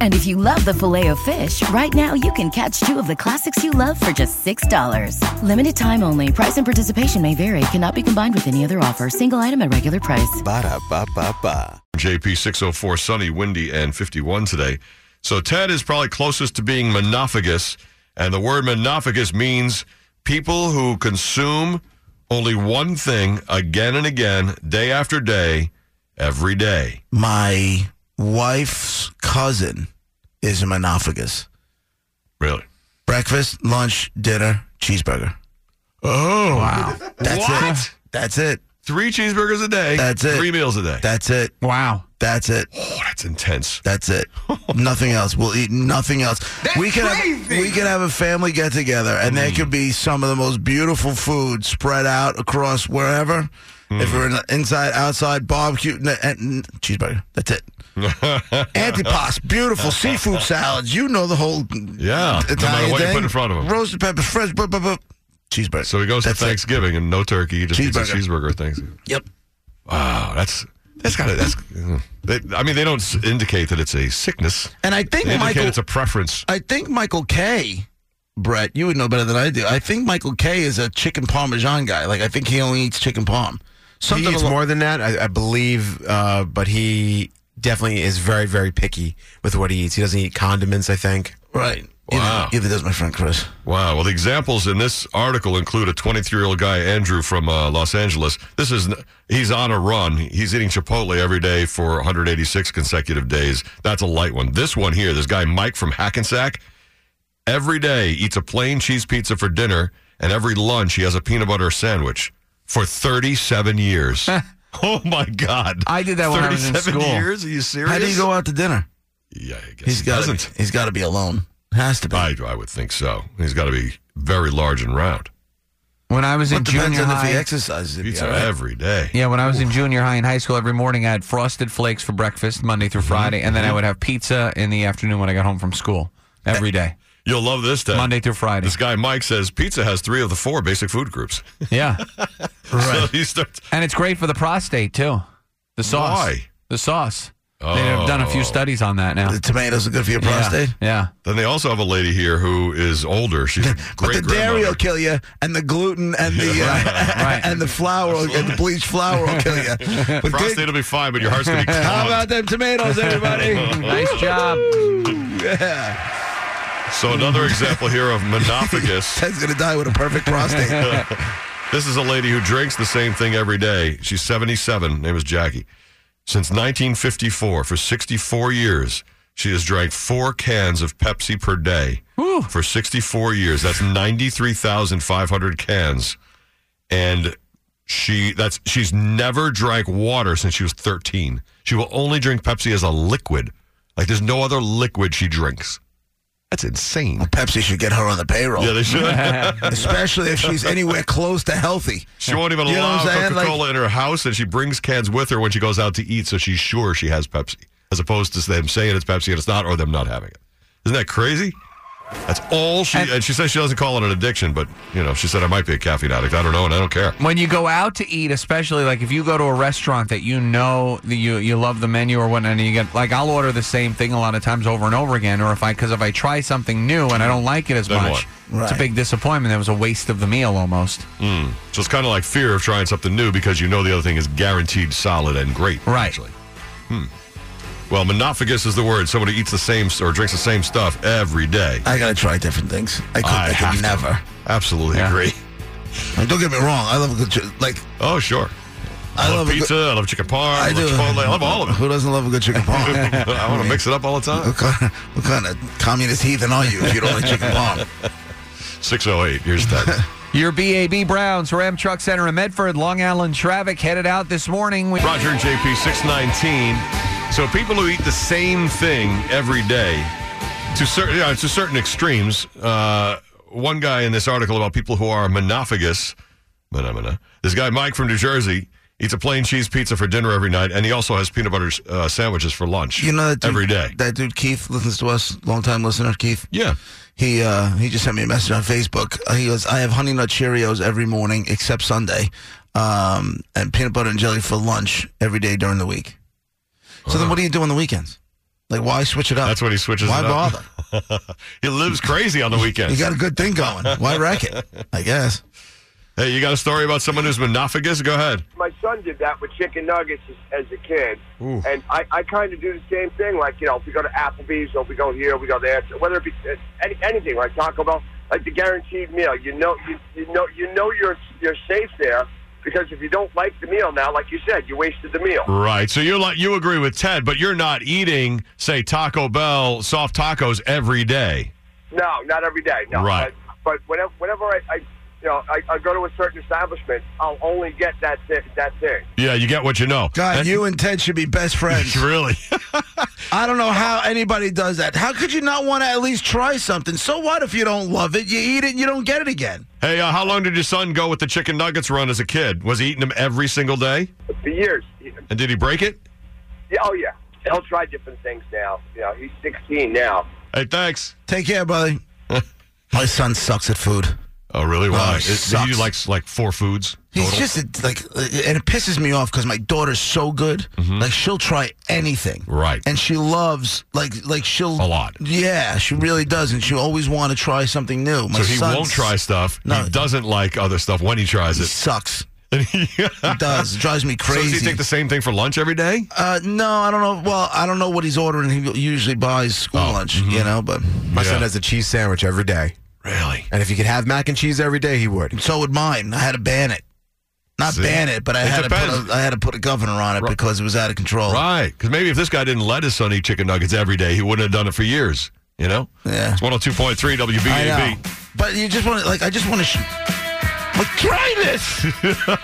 And if you love the filet of fish, right now you can catch two of the classics you love for just $6. Limited time only. Price and participation may vary. Cannot be combined with any other offer. Single item at regular price. Ba-da-ba-ba-ba. JP 604, sunny, windy, and 51 today. So Ted is probably closest to being monophagous, and the word monophagous means people who consume only one thing again and again, day after day, every day. My wife's cousin is a monophagus. Really? Breakfast, lunch, dinner, cheeseburger. Oh, Wow. That's What? it. That's it. Three cheeseburgers a day. That's it. Three meals a day. That's it. Wow. That's it. oh, that's intense. That's it. nothing else. We'll eat nothing else. we can have we can have a family get together, and Mm. there could be some of the most beautiful food spread out across wherever. Mm. If we're in the inside, outside, barbecue, n- and, n- cheeseburger. That's it. Antipas, beautiful seafood salads. You know the whole Yeah, no Italian matter what you thing. put in front of 'em. Roasted peppers, fresh, bu- bu- bu- cheeseburger. So he goes That's it. to Thanksgiving and no turkey. He just eats a Cheeseburger. cheeseburger at Thanksgiving. Yep. Wow, that's that's got to that's. They, I mean, they don't s- indicate that it's a sickness. And I think They indicate Michael. it's a preference. I think Michael K. Brett, you would know better than I do. I think Michael K. is a chicken parmesan guy. Like I think he only eats chicken parm. he eats along- more than that, I, I believe, uh, but he definitely is very, very picky with what he eats. He doesn't eat condiments, I think. right? Wow. Either, either does my friend Chris. Wow. Well, the examples in this article include a 23 year old guy, Andrew from uh, Los Angeles. This is he's on a run. He's eating Chipotle every day for 186 consecutive days. That's a light one. This one here, this guy Mike from Hackensack, every day eats a plain cheese pizza for dinner, and every lunch he has a peanut butter sandwich for 37 years. oh my God! I did that when I was in 37 school. years? Are you serious? How do you go out to dinner? Yeah, I guess He's he got. doesn't. He's got to be alone. Has to be. I, I would think so. He's got to be very large and round. When I was But in depends junior on if he high, exercises. it'd be Pizza all right. every day. yeah, when I was in junior high and high school, every morning I had frosted flakes for breakfast Monday through Friday, and then I would have pizza in the afternoon when I got home from school every day, You'll love this then. Monday through Friday. This guy Mike says pizza has three of the four basic food groups. Yeah, so he starts. and it's great for the prostate too. The sauce, Why? the sauce. They have done a few Oh. studies on that now. The tomatoes are good for your prostate. Yeah. yeah. Then they also have a lady here who is older. She's a But great the dairy will grandmother. kill you, and the gluten, and the uh, right. and the flour, will- and the bleached flour will kill you. But Prostate good- will be fine, but your heart's gonna be how about clogged. them tomatoes, everybody? Nice job. So another example here of monophagus. Ted's gonna die with a perfect prostate. This is a lady who drinks the same thing every day. She's 77. Name is Jackie. Since 1954, for 64 years, she has drank four cans of Pepsi per day. For 64 years, that's 93,500 cans. And she that's she's never drank water since she was 13. She will only drink Pepsi as a liquid. Like there's no other liquid she drinks. That's insane. Pepsi should get her on the payroll, Yeah, they should. especially if she's anywhere close to healthy. She won't even You know allow what I'm saying? Coca Cola in her house, and she brings cans with her when she goes out to eat, so she's sure she has Pepsi, as opposed to them saying it's Pepsi and it's not, or them not having it. Isn't that crazy? That's all she. And, she says she doesn't call it an addiction, but you know, she said I might be a caffeine addict. I don't know, and I don't care. when you go out to eat, especially like if you go to a restaurant that you know that you you love the menu or whatnot, and you get like I'll order the same thing a lot of times over and over again, or if I because if I try something new and I don't like it as Then much, what? it's a Right. big disappointment. That was a waste of the meal almost. So it's kind of like fear of trying something new because you know the other thing is guaranteed solid and great. Right. Actually. Hmm. Well, monophagus is the word. Someone who eats the same or drinks the same stuff every day. I gotta try different things. I could, I have to could never. Absolutely Yeah. agree. Like, don't get me wrong. I love a good chi- like. Oh, sure. I, I love, love a pizza. I love chicken parm. I, I love do. Chipotle. I love all of it. Who doesn't love a good chicken parm? I want to mix it up all the time. what, kind, what kind of communist heathen are you if you don't like chicken parm? 608. Here's that. Your BAB Browns Ram Truck Center in Medford, Long Island traffic headed out this morning. We- Roger and JP 619. So people who eat the same thing every day to certain yeah, to certain extremes. Uh, one guy in this article about people who are monophagous. Menomina. This guy Mike from New Jersey. eats a plain cheese pizza for dinner every night, and he also has peanut butter uh, sandwiches for lunch. You know that dude, every day. That dude Keith listens to us, longtime listener Keith. yeah, He uh, he just sent me a message on Facebook. Uh, He goes, "I have honey nut Cheerios every morning except Sunday, um, and peanut butter and jelly for lunch every day during the week." So then, what do you do on the weekends? Like, why switch it up? that's what he switches. Why it bother? up. he lives crazy on the You weekends. got a good thing going. Why wreck it? I guess. hey, you got a story about someone who's monophagus? Go ahead. my son did that with chicken nuggets as, as a kid, Ooh. and I, I kind of do the same thing. Like you know, if we go to Applebee's or if we go here, we go there. So whether it be uh, any, anything like Taco Bell, like the guaranteed meal, you know, you, you know, you know, you're you're safe there because if you don't like the meal now, like you said, you wasted the meal. Right. So you're like you agree with Ted, but you're not eating, say, Taco Bell soft tacos every day. No, not every day. No, Right. But, but whenever, whenever I, I, you know, I, I go to a certain establishment, I'll only get that thi- that thing. Yeah, you get what you know. God, And- you and Ted should be best friends. really. I don't know how anybody does that. How could you not want to at least try something? So what if you don't love it? You eat it, and you don't get it again. hey, uh, how long did your son go with the chicken nuggets run as a kid? Was he eating them every single day? For years, he- And did he break it? yeah, oh yeah, he'll try different things now. You know, he's 16 now. Hey, thanks. Take care, buddy. My son sucks at food. Oh, really? Oh, Why? it Is- sucks. he likes like four foods. He's total? just a, like, uh, and it pisses me off because my daughter's so good. Like she'll try anything, Mm-hmm. Right. And she loves like like she'll A lot. Yeah, she really does, and she always want to try something new. My so he son won't try stuff. No. He doesn't like other stuff when he tries He it. sucks. And he- He does. It drives me so crazy. does he take the same thing for lunch every day? uh, no, I don't know. Well, I don't know what he's ordering. He usually buys school Oh, lunch, mm-hmm. you know. But My Yeah. son has a cheese sandwich every day. Really? And if he could have mac and cheese every day, he would. so would mine. I had to ban it. Not See? ban it, but I It had to depends. put a, I had to put a governor on it because it was out of control. Right. Because maybe if this guy didn't let his son eat chicken nuggets every day, he wouldn't have done it for years. You know? Yeah. It's 102.3 I know. WBAB. But you just want to, like, I just want to. Sh- like, try this.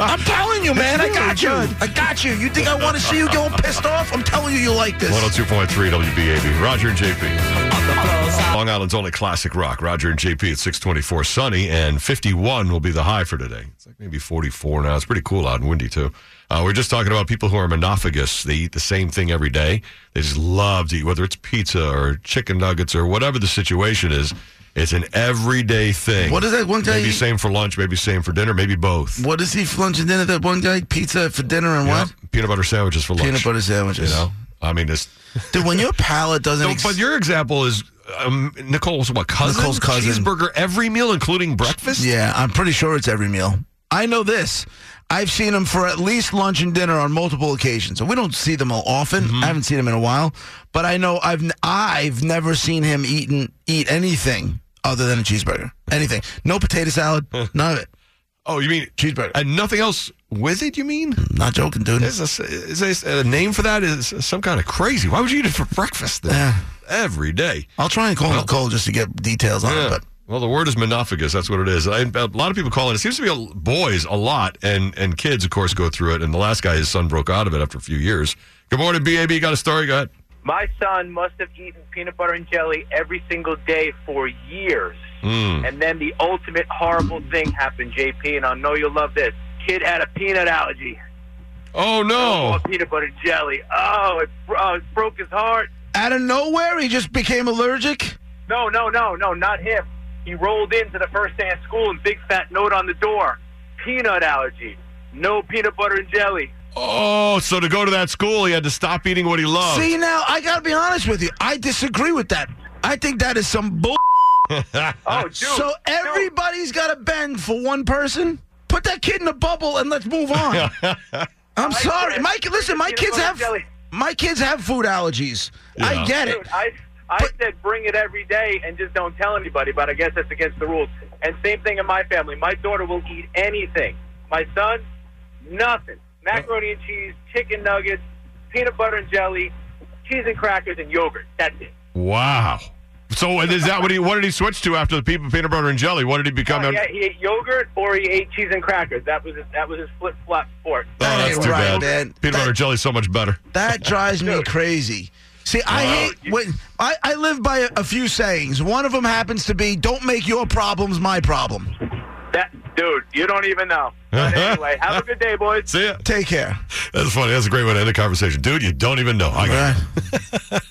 I'm telling you, man. I got you. I got you. You think I want to see you get all pissed off? I'm telling you, you like this. 102.3 WBAB. Roger and JP. Long Island's only classic rock. Roger and JP at 624 sunny and 51 will be the high for today. It's like maybe 44 now. It's pretty cool out and windy too. Uh, we're just talking about people who are monophagous. They eat the same thing every day. They just love to eat, whether it's pizza or chicken nuggets or whatever the situation is. It's an everyday thing. What is that one guy? Maybe he- same for lunch, maybe same for dinner, maybe both. what is he lunching dinner? That one guy pizza for dinner and what? Yep. Peanut butter sandwiches for lunch. Peanut butter sandwiches. You know? I mean, it's. Dude, when your palate doesn't. No, ex- but your example is um, Nicole's what cousin? Nicole's cousin. Cheeseburger every meal, including breakfast. yeah, I'm pretty sure it's every meal. I know this. I've seen him for at least lunch and dinner on multiple occasions. So we don't see them all often. Mm-hmm. I haven't seen him in a while, but I know I've n- I've never seen him eaten eat anything other than a cheeseburger. Anything. No potato salad. none of it. Oh, you mean Cheeseburger. and nothing else with it? You mean? Not joking, dude. Is a, is this a name for that? Is some kind of crazy? Why would you eat it for breakfast then? Yeah. Every day. I'll try and call Nicole just to get details on Yeah. it. But Well, the word is monophagus. That's what it is. I, a lot of people call it. It seems to be a, boys a lot, and and kids, of course, go through it. And the last guy, his son broke out of it after a few years. Good morning, Bab. Got a story? Go ahead. My son must have eaten peanut butter and jelly every single day for years. And then the ultimate horrible thing happened, JP, and I know you'll love this. Kid had a peanut allergy. Oh no! Oh, peanut butter and jelly. Oh it, bro- oh, it broke his heart. out of nowhere, he just became allergic. No, no, no, no, not him. He rolled into the first day of school and big fat note on the door. Peanut allergy. No peanut butter and jelly. Oh, so to go to that school, he had to stop eating what he loved. See now, I gotta be honest with you. I disagree with that. I think that is some bull. Oh, dude. so everybody's got to bend for one person. Put that kid in a bubble and let's move on. I'm sorry, said- my Listen, my Peanut kids butter have jelly. my kids have food allergies. Yeah. I get it. Dude, I I said bring it every day and just don't tell anybody, but I guess that's against the rules. And same thing in my family. My daughter will eat anything. My son, nothing. Macaroni and cheese, chicken nuggets, peanut butter and jelly, cheese and crackers and yogurt. That's it. Wow. So is that what he? What did he switch to after the pe- peanut butter and jelly? What did he become? Oh, out- yeah, he ate yogurt or he ate cheese and crackers. That was his, that was his flip flop sport. Oh, That that's ain't too bad. right, man. Peanut butter That- and jelly so much better. That drives me crazy. See, I hate when I, I live by a, a few sayings. One of them happens to be, "Don't make your problems my problem." That Dude, you don't even know. But anyway, have a good day, boys. See ya. Take care. That's funny. That's a great way to end the conversation. Dude, you don't even know. I got it.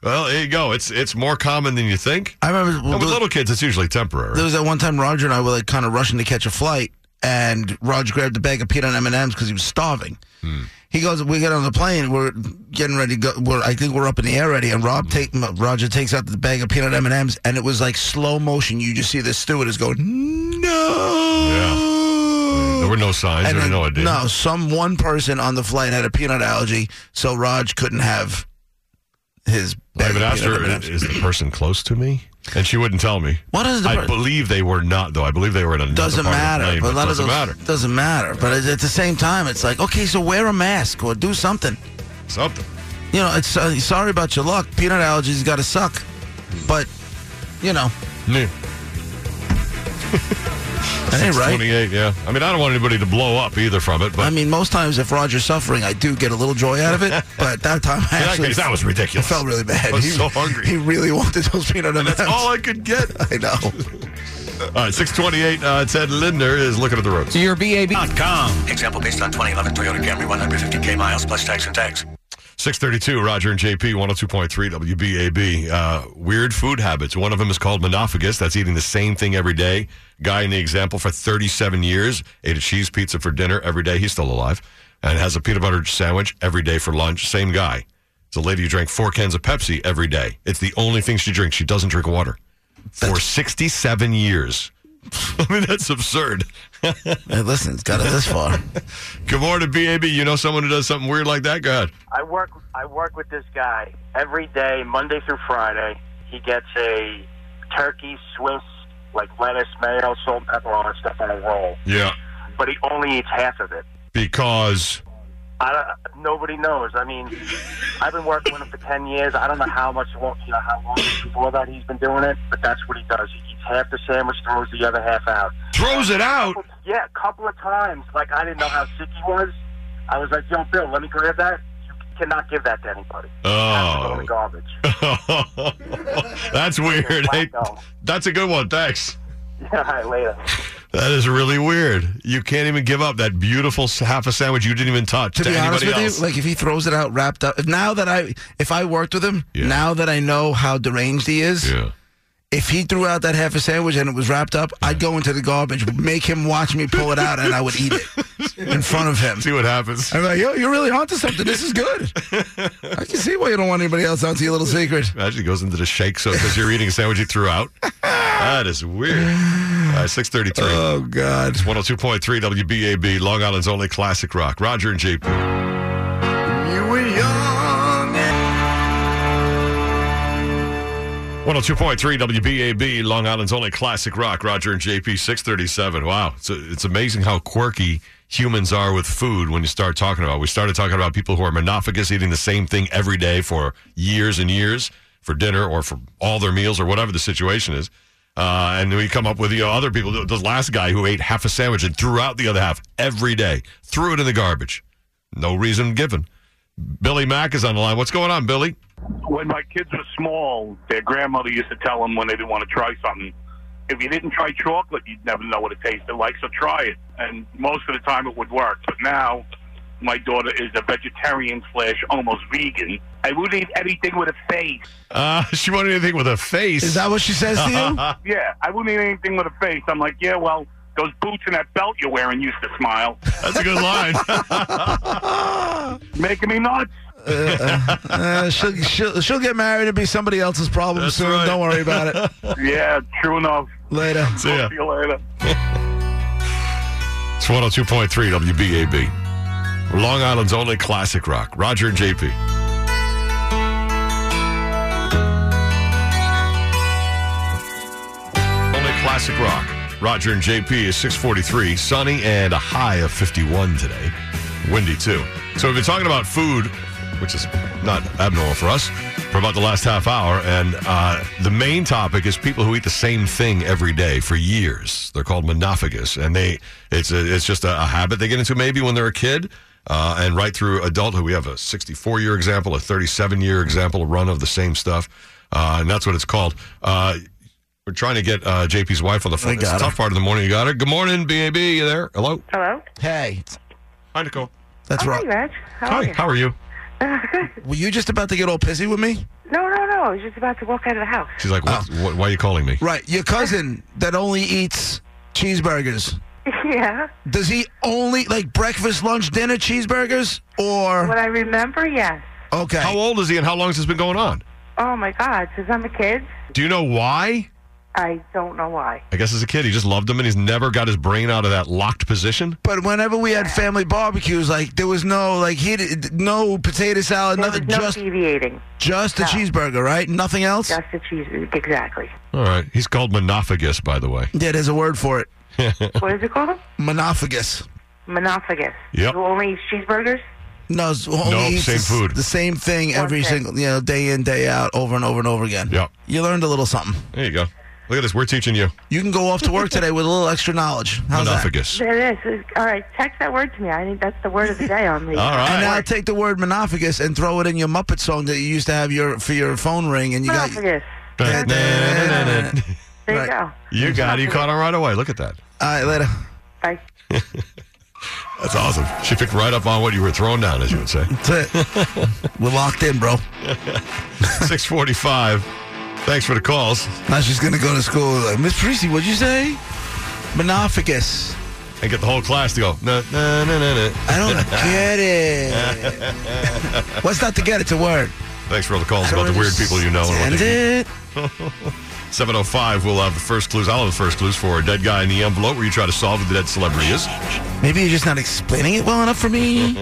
Well, there you go. It's it's more common than you think. I remember And with there- little kids, it's usually temporary. there was that one time Roger and I were like kind of rushing to catch a flight, and Roger grabbed a bag of peanut M and M's because he was starving. Hmm. He goes, we get on the plane, we're getting ready to go. We're, I think we're up in the air already, and Hmm. Rob take Roger takes out the bag of peanut M and M's, and it was like slow motion. You just see the stewardess go, no. There were no signs. There And were then- no idea. No, some one person on the flight had a peanut allergy, so Raj couldn't have his. I bag even of asked peanut her, M&Ms. is the person close to me? And she wouldn't tell me. What is the I per- believe they were not, though. I believe they were in another doesn't part of the matter. plane, but a but lot doesn't of those matter. doesn't matter. But at- at the same time, it's like okay, so wear a mask or do something. Something. You know, it's uh, sorry about your luck. Peanut allergies got to suck, but you know Yeah. that ain't right. 28, yeah. I mean, I don't want anybody to blow up either from it, but I mean, most times if Roger's suffering, I do get a little joy out of it. but that time, I in that actually, case, that was I ridiculous. felt really bad. I was he, so hungry. He really wanted those peanut M&Ms. That's all I could get. All I know. right, 628, uh, Ted Lindner is looking at the roads. Your BAB. Example based on 2011 Toyota Camry 150k miles plus tax and tax. 632, Roger and JP, 102.3 WBAB. Uh, weird food habits. One of them is called monophagus. That's eating the same thing every day. Guy in the example for 37 years, ate a cheese pizza for dinner every day. He's still alive. And has a peanut butter sandwich every day for lunch. Same guy. It's a lady who drank four cans of Pepsi every day. It's the only thing she drinks. She doesn't drink water. For 67 years. I mean, that's absurd. Hey, listen, it's got it this far. Good morning, BAB. You know someone who does something weird like that? Go ahead. I work I work with this guy every day, Monday through Friday. He gets a turkey, Swiss, like lettuce, mayo, salt, and pepper, all that stuff on a roll. Yeah. But he only eats half of it. Because. I don't, nobody knows. I mean, I've been working with him for ten years. I don't know how much, you know, how long before that he's been doing it, but that's what he does. He eats half the sandwich, throws the other half out. Throws it out. Yeah, a couple of times. Like I didn't know how sick he was. I was like, "Yo, Bill, let me grab that." You cannot give that to anybody. That's Oh. totally garbage. That's weird. Hey, Wacko. that's a good one. Thanks. All right, later. That is really weird. You can't even give up that beautiful s- half a sandwich you didn't even touch to, to be honest anybody with else. you, like if he throws it out wrapped up, now that I, if I worked with him, Yeah. now that I know how deranged he is, yeah. if he threw out that half a sandwich and it was wrapped up, I'd go into the garbage, make him watch me pull it out, and I would eat it in front of him. See what happens. I'm like, yo, you're really onto something. This is good. I can see why you don't want anybody else onto your little secret. Imagine he goes into the shake so because you're eating a sandwich you threw out. That is weird. All right, 633. Oh God. 102.3 WBAB, Long Island's only classic rock. Roger and JP. You were young. 102.3 WBAB, Long Island's only classic rock, Roger and JP 637. Wow. It's, it's amazing how quirky humans are with food when you start talking about. it. We started talking about people who are monophagous, eating the same thing every day for years and years for dinner or for all their meals or whatever the situation is. Uh, and we come up with you know, other people. The- The last guy who ate half a sandwich and threw out the other half every day, threw it in the garbage. No reason given. Billy Mack is on the line. What's going on, Billy? when my kids were small, their grandmother used to tell them when they didn't want to try something, if you didn't try chocolate, you'd never know what it tasted like, so try it. And most of the time it would work. But now, my daughter is a vegetarian slash almost vegan. I would eat anything with a face. Uh, she wanted anything with a face. Is that what she says to you? Yeah, I wouldn't eat anything with a face. I'm like, yeah, well, those boots and that belt you're wearing used to smile. That's a good line. Making me nuts. Uh, she'll, she'll she'll get married and be somebody else's problem That's soon. right. Don't worry about it. Yeah, true enough. Later. See ya. See you later. It's 102.3 WBAB. Long Island's only classic rock. Roger and JP. Only classic rock. Roger and JP is 643, sunny and a high of 51 today. Windy too. So we've been talking about food, which is not abnormal for us, for about the last half hour. And uh, the main topic is people who eat the same thing every day for years. They're called monophagous, and they it's a, it's just a, a habit they get into maybe when they're a kid. Uh, and right through adulthood, we have a 64 year example, a 37 year example, a run of the same stuff. Uh, and that's what it's called. Uh, We're trying to get uh, JP's wife on the phone. It's a tough part of the morning. You got her. Good morning, BAB. You there? Hello. Hello. Hey. Hi, Nicole. That's oh, right. Hi, Reg. How are Hi. you? How are you? Were you just about to get all pissy with me? No, no, no. I was just about to walk out of the house. She's like, what, what, why are you calling me? Oh. Right. Your cousin that only eats cheeseburgers. yeah. Does he only like breakfast, lunch, dinner cheeseburgers? Or What I remember, yes. okay. How old is he and how long has this been going on? Oh my God, since I'm a kid, Do you know why? I don't know why. I guess as a kid, he just loved him and he's never got his brain out of that locked position. But whenever we had family barbecues, like there was no like he did, no potato salad, There nothing, was no just deviating. just a cheeseburger, right? Nothing else. Just the cheese, exactly. All right. He's called monophagus, by the way. Yeah, there's a word for it. What is it called? Monophagus. Monophagus. Yep. Who only eats cheeseburgers? No, it's only No, eats same the s- food. The same thing every single you know day in day out, over and over and over again. Yeah. You learned a little something. There you go. Look at this. We're teaching you You can go off to work today with a little extra knowledge. How's that? monophagus. There it is. All right, text that word to me. I think that's the word of the day on the. All right. And now take the word monophagus and throw it in your Muppet song that you used to have your for your phone ring, and you got Monophagus. Dun, dun, dun, dun, dun. There Right. you go. You got it. You caught on right away. Look at that. All right, later. Bye. That's awesome. She picked right up on what you were throwing down, as you would say. That's it. We're locked in, bro. 645. Thanks for the calls. Now she's gonna go to school. Like, Miss Parisi, what'd you say? Monophagus. And get the whole class to go, no, no, no, no, no. I don't get it. What's not to get? It's a word. Thanks for all the calls about the weird people you know and what they Send it. 705, we'll have the first clues. I'll have the first clues for a dead guy in the envelope where you try to solve who the dead celebrity is. Maybe you're just not explaining it well enough for me.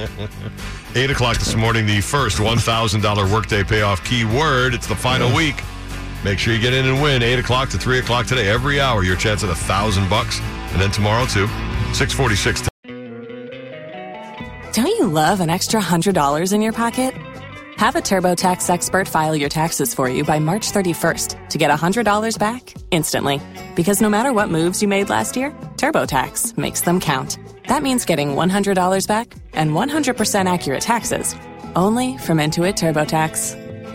8 o'clock this morning, the first $1,000 workday payoff keyword. It's the final week. Make sure you get in and win. 8 o'clock to 3 o'clock today. Every hour, your chance at a 1000 bucks, And then tomorrow, too. 646. Don't you love an extra $100 in your pocket? Have a TurboTax expert file your taxes for you by March 31st to get $100 back instantly. Because no matter what moves you made last year, TurboTax makes them count. That means getting $100 back and 100% accurate taxes only from Intuit TurboTax.